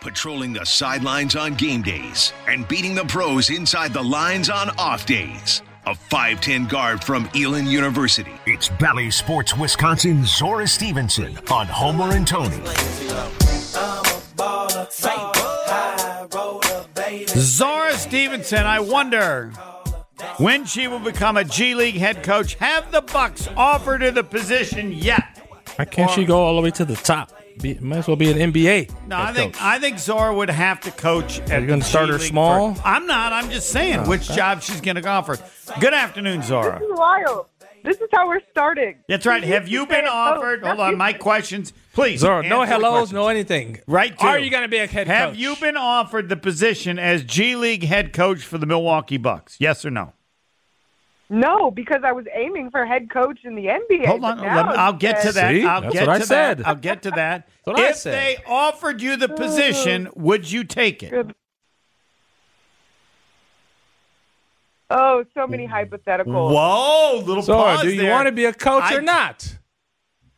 patrolling the sidelines on game days and beating the pros inside the lines on off days. A 5'10 guard from Elon University. It's Valley Sports Wisconsin's Zora Stevenson on Homer and Tony. Zora Stevenson, I wonder when she will become a G League head coach. Have the Bucks offered her the position yet? Why can't she go all the way to the top? Be, might as well be an NBA. No, head I think coach. I think Zora would have to coach. Are you gonna start her small? Oh, I'm not. I'm just saying which job she's going to offer. Good afternoon, Zora. This is wild. This is how we're starting. That's right. Have you been offered? Hold on, my questions, please. Zora, no answer the hellos, questions. no anything. Right to- Are you going to be a head Have coach? you been offered the position as G League head coach for the Milwaukee Bucks? Yes or no? No, because I was aiming for head coach in the NBA. Hold but on, now let me- I'll get to it's- that. See? I'll That's get what I to said. that. I'll get to that. That's what I if said. they offered you the position, would you take it? Good. Oh, so many hypotheticals. Whoa, little Zora, pause do you there. want to be a coach I- or not?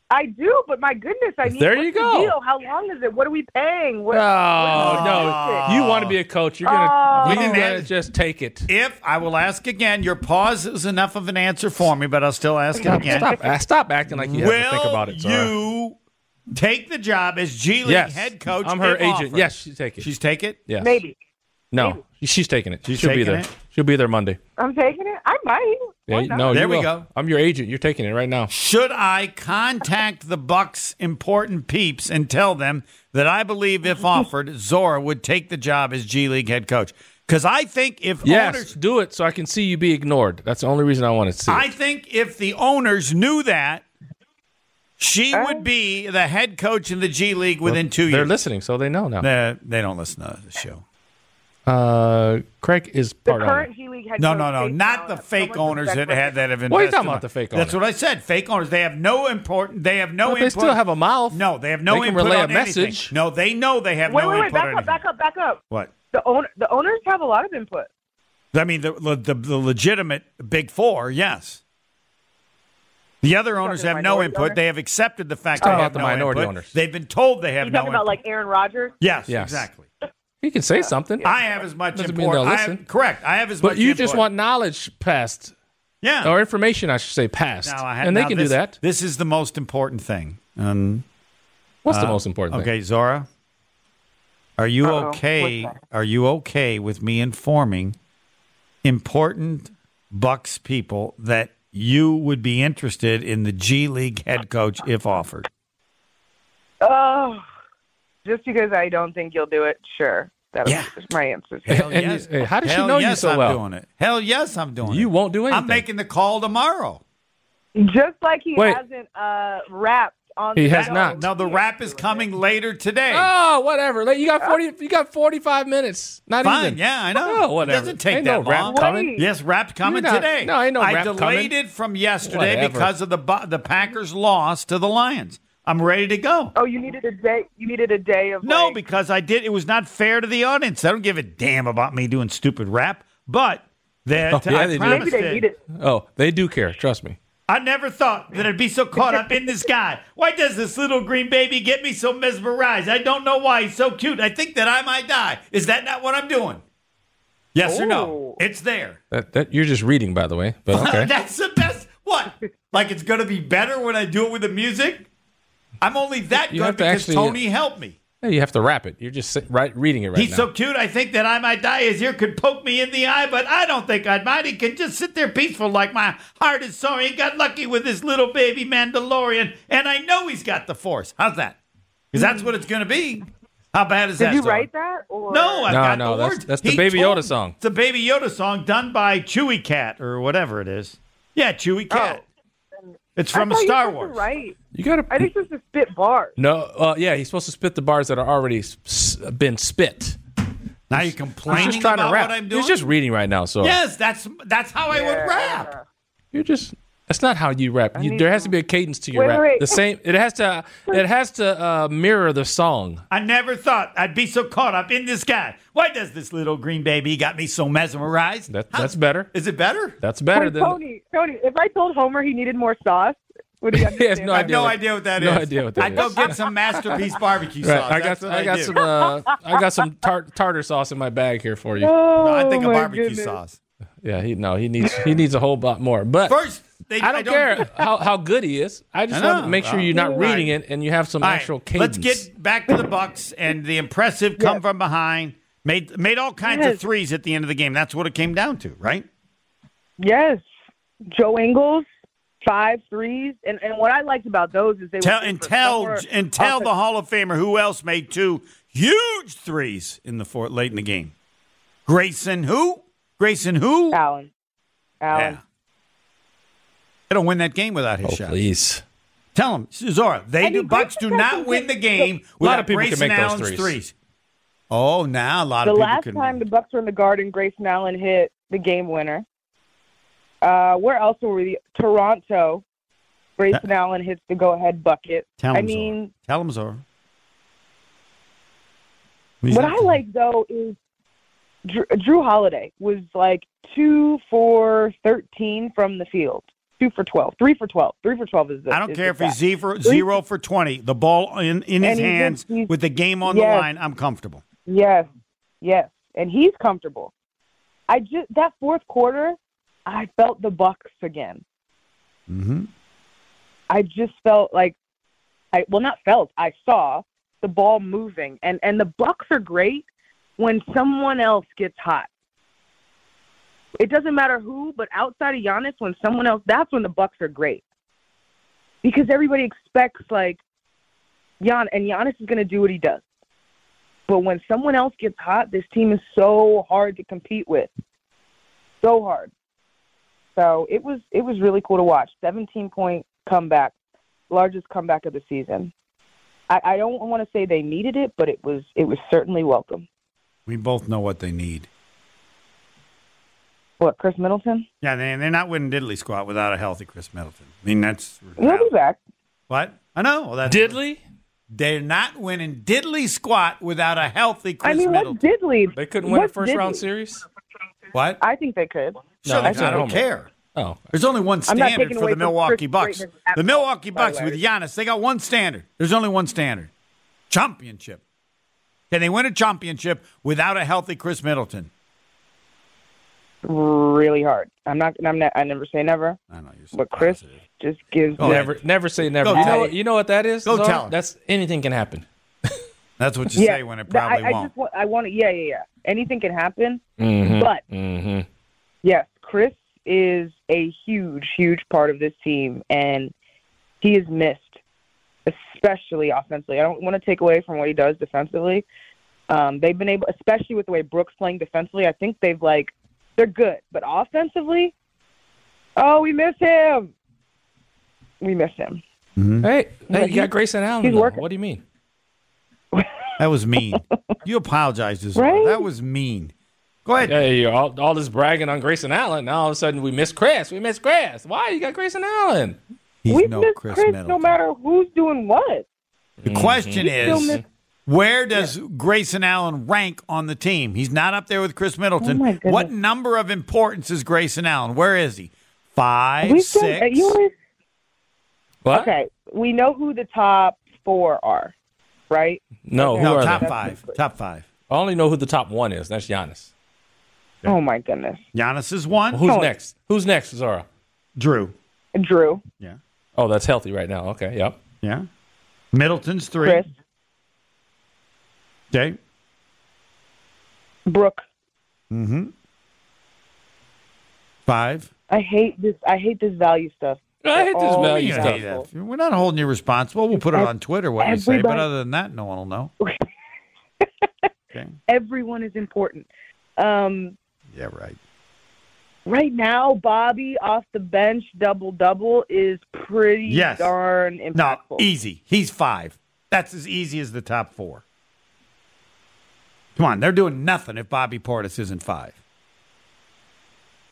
I do, but my goodness, I need. There what's you the go. deal? How long is it? What are we paying? What, No, what is Oh, no. it? You want to be a coach. You're going Oh. to We you didn't gotta add- just take it. If I will ask again, your pause is enough of an answer for me, but I'll still ask it again. Stop, uh, stop acting like you Will have to think about it, Zara. you take the job as G League yes. head coach? I'm her if agent. offered? Yes, she's taking it. she's take it. yes. Maybe No, she's taking it. She'll taking be there. it? She'll be there Monday. I'm taking it. I might. Why Yeah, not? no, There you we will. go. I'm your agent. You're taking it right now. Should I contact the Bucks' important peeps and tell them that I believe, if offered, Zora would take the job as G League head coach? Because I think if Yes, owners, do it so I can see you be ignored. That's the only reason I want to see. it. I think if the owners knew that, she would be the head coach in the G League within two They're years. listening, so they know now. They're- they don't listen to the show. Uh, Craig is The part owner. current G League head No, coach. no, no. based Not on the someone fake who's owners that respected. had that have invested. What are you talking about, in- the fake That's owners? what I said. Fake owners. They have no important. They have no. But they input. still have a mouth. No, they have no They can input relay on a anything. message. No, they know they have Wait, no wait, wait. input. Back on up, back anything. up, back up. What? The owner, the owners have a lot of input. I mean, the, the the legitimate big four, yes. The other owners Talking have no minority input. owners? They have accepted the fact Talking they about have the no minority input. owners. They've been told they have You no talking about input. like Aaron Rodgers? yes, Yes. exactly. He can say something, I have as much Doesn't mean input. they'll I have- listen. correct. I have as much. but you just input. want knowledge passed yeah. or information, I should say, passed, Now I have- and they now can do this- that. This is the most important thing. Um, What's the most important thing? Uh, Okay, Zora, are you Uh-oh. okay? What's Are you okay with me informing important Bucks people that you would be interested in the G League head coach if offered? Oh, just because I don't think you'll do it. Sure, that was Yeah. my answer. Hell And- yes! hey, how does she Hell know you yes, so I'm well? Doing it. Hell yes, I'm doing it. You won't do I'm anything. making the call tomorrow. Just like he Wait. hasn't uh, rapped on. He the has show. not. Now the rap is coming later today. Oh, whatever. Like, You got forty. You got forty-five minutes. Not Fine, even. yeah, I know. No, Oh, whatever. It doesn't take Ain't that no rap long. coming. Wait. Yes, rap's coming You're not- today. no, ain't no I rap delayed coming. it from yesterday Whatever. because of the Bu- the Packers' loss to the Lions. I'm ready to go. Oh, you needed a day. You needed a day of. No, like, because I did. It was not fair to the audience. I don't give a damn about me doing stupid rap, but that Oh, yeah, I they do. promised maybe they it. needed. Oh, they do care. Trust me. I never thought that I'd be so caught up in this guy. Why does this little green baby get me so mesmerized? I don't know why he's so cute. I think that I might die. Is that not what I'm doing? Yes or no? Oh. It's there. That, that you're just reading, by the way. But okay. That's the best. What? Like it's going to be better when I do it with the music? I'm only that You good have to because actually- uh, Tony helped me. Hey, you have to wrap it. You're just sit- right reading it right He's now. so cute, I think that I might die. His ear could poke me in the eye, but I don't think I'd mind. He can just sit there peaceful like my heart is sorry. He got lucky with his little baby Mandalorian, and I know he's got the force. How's that? Because that's what it's going to be. How bad is that? Did you Zora? write that? Or No, I've No, got no, the that's- words. that's the Baby told Yoda me- song. It's a Baby Yoda song done by Chewy Cat or whatever it is. Yeah, Chewy Cat. It's Oh. I from thought you Star were Wars. Right. you got I to. think this is spit bars. No, uh, yeah, he's supposed to spit the bars that are already s- s- been spit. Now you're He's complaining just trying about to rap. what I'm doing. He's just reading right now. So yes, that's that's how I would rap. you're just. That's not how you rap. You, need there to- has to be a cadence to your Wait, rap. wait. The same. It has to. It has to uh, mirror the song. I never thought I'd be so caught up in this guy. Why does this little green baby got me so mesmerized? That, How- that's better. Is it better? That's better Wait, than. Tony, Tony, if I told Homer he needed more sauce, What do you got? to He has say no about I have no what- idea what that is. no idea what that I go is. get some masterpiece barbecue sauce. Right. I got That's what I got do. some uh, I got some tar- tartar sauce in my bag here for you. Oh, No, I think a my barbecue goodness. sauce. Yeah, he no, he needs he needs a whole lot more. But First, they, I don't care how, how good he is. I just I want know. to make sure you're not All reading right. it and you have some All right, actual cadence. Let's get back to the Bucks and the impressive come from behind. Made made all kinds of Yes. threes at the end of the game. That's what it came down to, right? Yes, Joe Ingles, five threes, and and what I liked about those is they Tell were and super tell summer and tell the offense. Hall of Famer who else made two huge threes in the fourth late in the game. Grayson who? Grayson who? Allen. Allen. Yeah. They don't win that game without his Oh, shot. please. Tell him, Zora. They And do. he Bucks do did not something win the good. game. A lot without of people can Grayson make those Allen's threes. Oh, now a lot The of people last can. time the Bucks were in the Garden, Grayson Allen hit the game winner. Uh, where else were we? Toronto. Grayson Allen hits the go-ahead bucket. tell him, I mean, Zora. tell him, Zora. what I like though is Drew, Drew Holiday was like two for thirteen from the field, two for twelve, three for twelve, three for twelve is. The, I don't is care if the he's stat. zero, zero for 20. The ball in, in his And he did- hands he's- with the game on the Yes. line. I'm comfortable. Yes, yes, and he's comfortable. I just that fourth quarter, I felt the Bucks again. Mm-hmm. I just felt like I well not felt, I saw the ball moving and and the Bucks are great when someone else gets hot. It doesn't matter who, but outside of Giannis when someone else that's when the Bucks are great. Because everybody expects like Gian and Giannis is going to do what he does. But when someone else gets hot, this team is so hard to compete with. So hard. So it was it was really cool to watch. Seventeen point comeback, largest comeback of the season. I, I don't want to say they needed it, but it was it was certainly welcome. We both know what they need. What Chris Middleton? Yeah, they, they're not winning diddly squat without a healthy Chris Middleton. I mean, that's He'll be back. what I know. Well, that's Diddley? They're not winning diddly squat without a healthy Chris I mean, what Middleton. did lead? They couldn't win a What first did round lead? series? What? I think they could. Sure, they- that's I not don't homework. care. Oh. There's only one I'm not standard taking for away the from Milwaukee Chris Bucks. Greatness at The all, Milwaukee by the Bucks way. with Giannis, they got one standard. There's only one standard. Championship. Can they win a championship without a healthy Chris Middleton? Really hard. I'm not. I'm not. I never say never. I know you're so But Chris positive. just gives. Go me- ahead. Never never say never. Go you, tell know, it. you know what that is? Go Zara? tell it. That's anything can happen. That's what you say when it that- probably I, I won't. just want. I want. to Yeah, yeah, yeah. Anything can happen. Mm-hmm. Mm-hmm. But yes, Chris is a huge, huge part of this team, and he is missed, especially offensively. I don't want to take away from what he does defensively. Um, they've been able, especially with the way Brooks playing defensively. I think they've like they're good, but offensively, oh, we miss him. We miss him. Hey, hey, you he- got Grayson Allen. he's though. working. What do you mean? that was mean. you apologize, Zora. Right? That was mean. Go ahead. Yeah, yeah, all, all this bragging on Grayson Allen. Now all of a sudden we miss Chris. We miss Chris. Why you got Grayson Allen? He's we no miss Chris, Middleton. no matter who's doing what. the question still is, miss- where does Grayson Allen rank on the team? He's not up there with Chris Middleton. Oh, my goodness. what number of importance is Grayson Allen? Where is he? Five, We've done- six. you always What? Okay, we know who the top four are, right? No, who No, are top they? five. Top five. I only know who the top one is. That's Giannis. Oh my goodness, Giannis is one. Who's No. next? Who's next, Zara? Drew. Drew, Yeah. Oh, that's healthy right now. Okay, yep. Yeah. Middleton's three. Chris, Okay. Brooke. Five. I hate this. I hate this value stuff. I hate this Oh, value Yeah, you He's stuff. hate yeah. We're not holding you responsible. We'll put it on Twitter what you say, but everybody- other than that, no one will know. Okay. Everyone is important. Um, Yeah, right. right now, Bobby off the bench double double is pretty Yes. E. darn No, impactful. easy. He's five. That's as easy as the top four. Come on, they're doing nothing if Bobby Portis isn't five.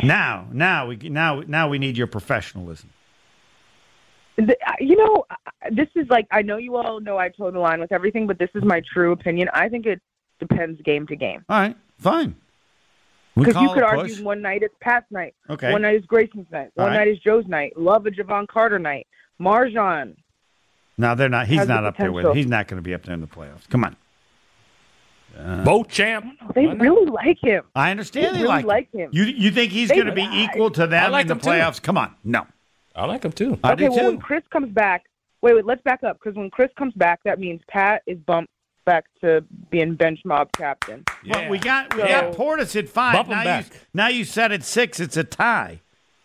Now, now we now now we need your professionalism. The- I- you know, I- I- this is like I know you all know I toe the line with everything, but this is my true opinion. I think it depends game to game. All right, fine. We Because you call could it a argue push. one night it's Pat's night. Okay. One night is Grayson's night. All one right. night is Joe's night. Love a Javon Carter night. Marjan. No, they're not. He's Has the not up there with. potential. He's not going to be up there in the playoffs. Come on. Bo champ. They Why not? really like him. I understand They they really like, like him. him. You you think he's They going to be like- equal to them like in the him too. playoffs? Come on, no. I like him too. I okay, do well, too. when Chris comes back, wait, wait, let's back up because when Chris comes back, that means Pat is bumped back to being bench mob captain. Well, we got we Yeah. got Portis at five. Bump him now back. you now you said at six. It's a tie.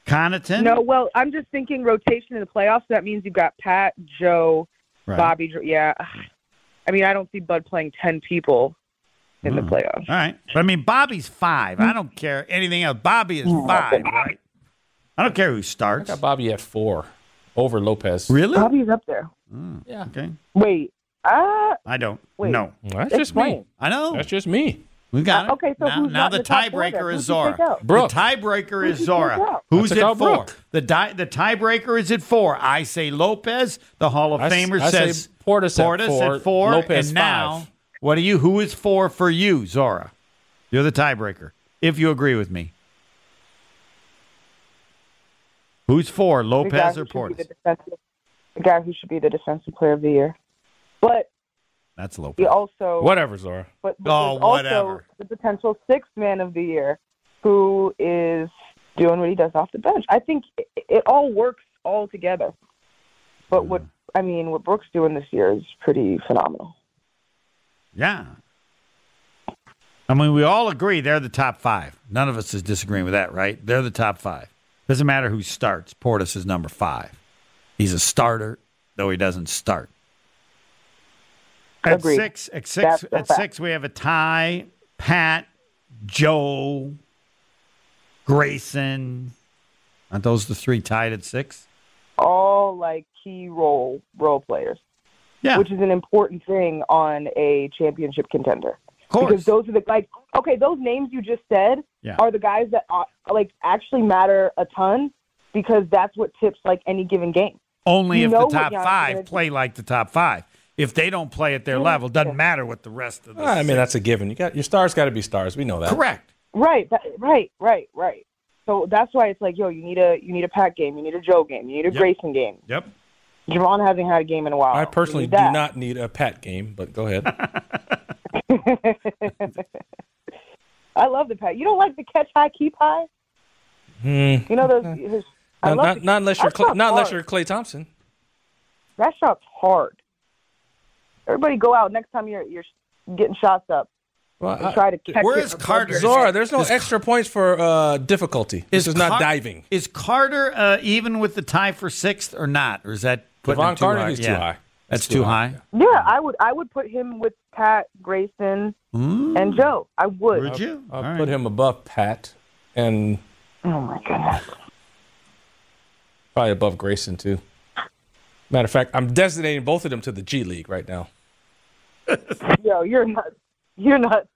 Connaughton. No, well, I'm just thinking rotation in the playoffs. That means you've got Pat, Joe, Right. Bobby. Dr- Yeah, I mean, I don't see Bud playing ten people in Mm. the playoffs. All right. But I mean, Bobby's five. I don't care anything else. Bobby is five, right? I don't care who I starts. got Bobby at four over Lopez. Really? Bobby's up there. Yeah. Okay. Wait, uh, I don't. Wait. No. That's just me. explain. I know. That's just me. We got it. Uh, okay, so now, who's now not the in the top four tiebreaker then? is Who'd you Zora. take out? Brooke. The tiebreaker Who'd is you take Zora. out? Who's I took at out four? Brooke. The di- the tiebreaker is at four. I say Lopez. The Hall of I s- Famer I say says Portis at four, at four. Lopez and now, five. what are you? Who is four for you, Zora? You're the tiebreaker. If you agree with me, who's four? the guy Lopez who or should be the Portis? defensive- the guy who should be the defensive player of the year. But That's he Lopez. also Whatever, Zora. But but Oh, there's also whatever. the potential sixth man of the year who is doing what he does off the bench. I think it, it all works all together. But what Mm. I mean, what Brooks doing this year is pretty phenomenal. Yeah. I mean, we all agree they're the top five. None of us is disagreeing with that, right? They're the top five. Doesn't matter who starts. Portis is number five. He's a starter, though he doesn't start. At Agreed. six, at six, That's a at fact. six, we have a tie. Pat, Joe, Grayson. Aren't those the three tied at six? All like key role role players, Yeah, which is an important thing on a championship contender. of course. Because those are the like okay, those names you just said Yeah. are the guys that uh, like actually matter a ton because that's what tips like any given game. Only You if know the what top Giannis five gonna do. play like the top five. If they don't play at their level, doesn't matter what the rest of the. I mean, six- that's a given. You got your stars got to be stars. We know that. correct. Right, that, right, right, right. So that's why it's like, yo, you need a you need a Pat game, you need a Joe game, you need a Grayson game. Yep. Javon hasn't had a game in a while. I You personally need do that. not need a Pat game, but go ahead. I love the Pat. You don't like the catch high keep high. You know those. his- I Hmm. not, love not, the- not unless you're that Clay, shot's not unless hard. you're Clay Thompson. that shot's hard. Everybody go out next time you're you're getting shots up. Well, and I- try to catch where it is above Carter? your- Zora, there's no Is- extra points for uh, difficulty. This is not Car- diving. Is Carter uh, even with the tie for sixth or not? Or is that putting Devon him too Carter, high? he's too Yeah. high. That's He's too, too high. high, Yeah, I would I would put him with Pat Grayson and Joe. I would. Would you? I'll put him above Pat and Oh my goodness. probably above Grayson too. Matter of fact, I'm designating both of them to the G League right now. Yo, you're not. You're not.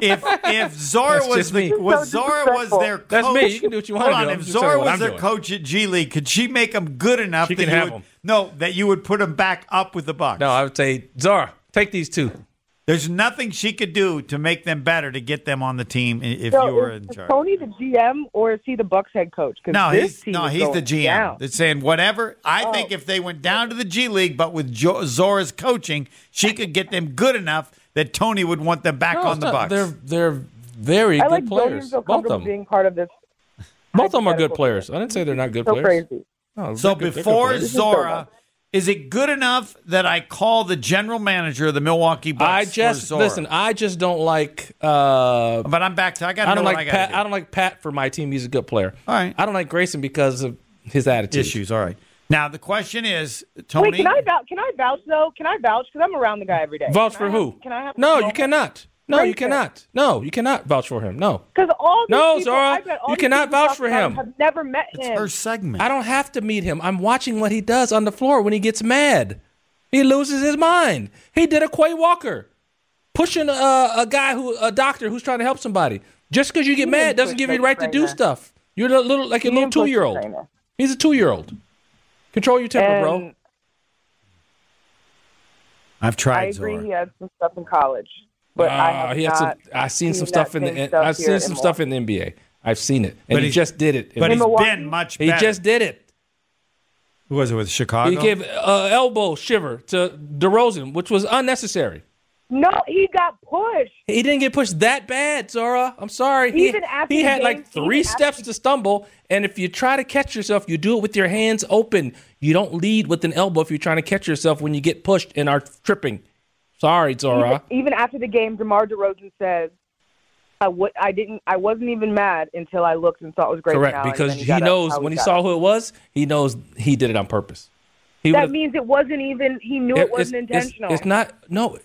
If if Zora That's was just the me. was So Zora was their coach, That's me. You can do what you want Hold to on. do. I'm If just telling Zora you what was I'm their doing. coach at G League, could she make him good enough? She that can you have would, him. No, that you would put him back up with the Bucks. No, I would say Zara, take these two. There's nothing she could do to make them better to get them on the team i- if So you were is, in is charge. Tony the GM or is he the Bucks head coach? 'Cause No, this he's team no, is he's the going GM. down. Oh. That's saying whatever. I think if they went down to the G League, but with jo- Zora's coaching, she could get them good enough that Tony would want them back No, on it's the not- Bucks. They're they're very I good like Billions players. so Both comfortable of them. being part of this. Both of them are good hypothetical. players. I didn't say they're not good So players. crazy. No, So they're good- they're good before players. Zora, is it good enough that I call the general manager of the Milwaukee Bucks? I for just Zora? listen. I just don't like. Uh, but I'm back to I got to I know don't what like I got Pat. I don't like Pat for my team. He's a good player. All right. I don't like Grayson because of his attitude. issues. All right. Now the question is, Tony. Wait, can I vouch? Can I vouch though? Can I vouch? Because I'm around the guy every day. Vouch Can for I have- who? Can I have? no, you cannot. No, you Grayson. cannot. No, you cannot vouch for him. No, Because all these No, people, Zora, I bet all you these cannot people vouch for talk about him. Have never met it's him. her segment. I don't have to meet him. I'm watching what he does on the floor when he gets mad. He loses his mind. He did a Quay Walker, pushing a, a guy who a doctor who's trying to help somebody. Just because you get mad didn't doesn't push give you that the right to do trainer. stuff. You're a little like a little didn't push the two year old. trainer. He's a two year old. Control your temper, bro. And I've tried. I agree. Zora. He had some stuff in college, but I Uh, have he had some. not I seen some that stuff in same the. stuff I've here seen in some Milwaukee. stuff in the NBA. I've seen it, and he he's- just did it. But And he's Milwaukee? been much he better. just did it. Who was it with Chicago? He gave uh, elbow shiver to DeRozan, which was unnecessary. No, he got pushed. He didn't get pushed that bad, Zora. I'm sorry. He, Even after he the had game, like three even steps to stumble, and if you try to catch yourself, you do it with your hands open. You don't lead with an elbow if you're trying to catch yourself when you get pushed and are tripping. Sorry, Zora. Even after the game, DeMar DeRozan says, "I w- I didn't. I wasn't even mad until I looked and saw it was great." Correct, talent, because and he then got up knows how when he got saw up. who it was, he knows he did it on purpose. He That would've- means it wasn't even. He knew it, It- wasn't it's- it's- intentional. It's, not. No.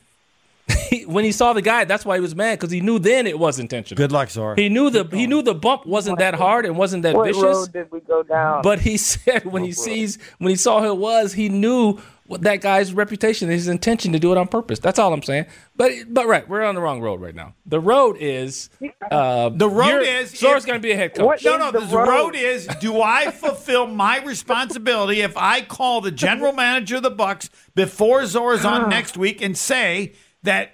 when he saw the guy, that's why he was mad because he knew then it was intentional. Good luck, Zora. He knew the he knew the bump wasn't that hard and wasn't that What vicious. road did we go down? But he said when he sees when he saw who it was, he knew what that guy's reputation, his intention to do it on purpose. That's all I'm saying. But but right, we're on the wrong road right now. The road is uh, The road you're- is- Zora's if- going to be a head coach. What No, is no. The the road. road? is: Do I fulfill my responsibility if I call the general manager of the Bucks before Zora's on next week and say that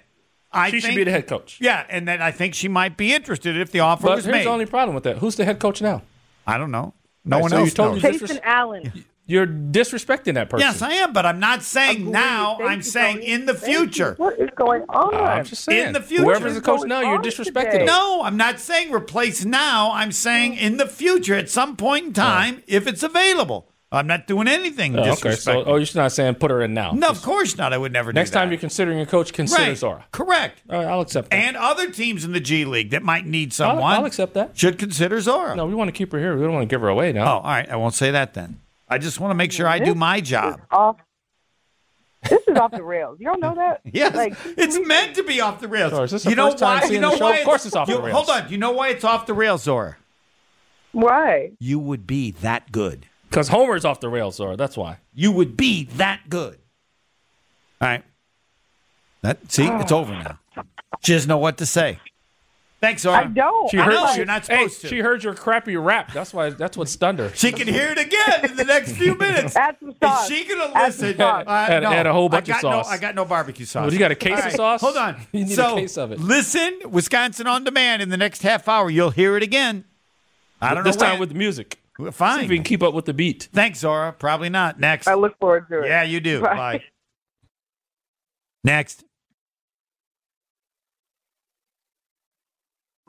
I She should think- be the head coach. Yeah, and that I think she might be interested if the offer But was here's made. the only problem with that: who's the head coach now? I don't know. No Right, one so you else told knows. me- Jason Allen. You're disrespecting that person. Yes, I am, but I'm not saying Agreed. now. Thank I'm you, saying Tony. in the Thank you. future. What is going on? I'm just saying. In the future. whoever's the coach Going now, you're on disrespecting today. them. No, I'm not saying replace now. I'm saying in the future, at some point in time, if it's available. I'm not doing anything Oh, okay, disrespectful. so oh, you're just not saying put her in now. no, of course not. I would never Next do that. time you're considering a coach, consider right. Zora. Correct. All right, I'll accept that. And other teams in the G League that might need I'll, someone I'll accept that. should consider Zora. No, we want to keep her here. We don't want to give her away Oh, now. all right. I won't say that then. I just want to make sure I do my job. Off. This is off the rails. Y'all know that? Yes, Like, it's please- meant to be off the rails. Zora, is this the first time seeing the show? Of course it's off the you- rails. Hold on. You know why it's off the rails, Zora? Why? You would be that good. Because Homer's off the rails, Zora. That's why. You would be that good. All right. That see, it's Oh. over now. She doesn't know what to say. Thanks, Zora. I don't. Oh, I I'm know, like, you're not hey, supposed to. She heard your crappy rap. That's why. That's what stunned her. She can hear it again in the next few minutes. Add some Is sauce. she gonna Add some listen? Uh, sauce. Add- add a whole I bunch of got no- sauce. I got no barbecue sauce. What, you got a case All of sauce? Hold on. You need a so, case of it. Listen, Wisconsin on demand in the next half hour. You'll hear it again. I don't this know. time when. with music. with See if we can fine. keep up with the beat. Thanks, Zora. Probably not. Next. I look forward to it. Yeah, you do. Bye. Bye. Next.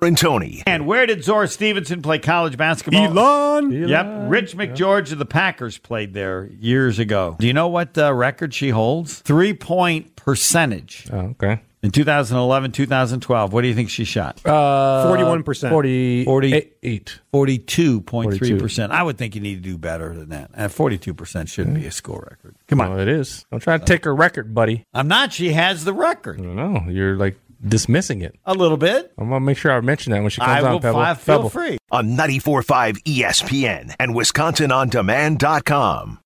and Tony. And where did Zora Stevenson play college basketball? Elon. Yep. Rich McGeorge of the Packers played there years ago. Do you know what uh, record she holds? Three point percentage Oh, okay. in 2011, 2012. What do you think she shot? Uh, Uh, Forty-one percent. 40, 48. eight. 42.3%. I would think you need to do better than that. Uh, 42% shouldn't be a school record. Come on. it is. I'm trying to take her record, buddy. I'm not. She has the record No, you're like dismissing it. a little bit. I'm gonna make sure I mention that when she comes I on. will Pebble. fi- feel Pebble. free. E On 94.5 ESPN and WisconsinOnDemand.com.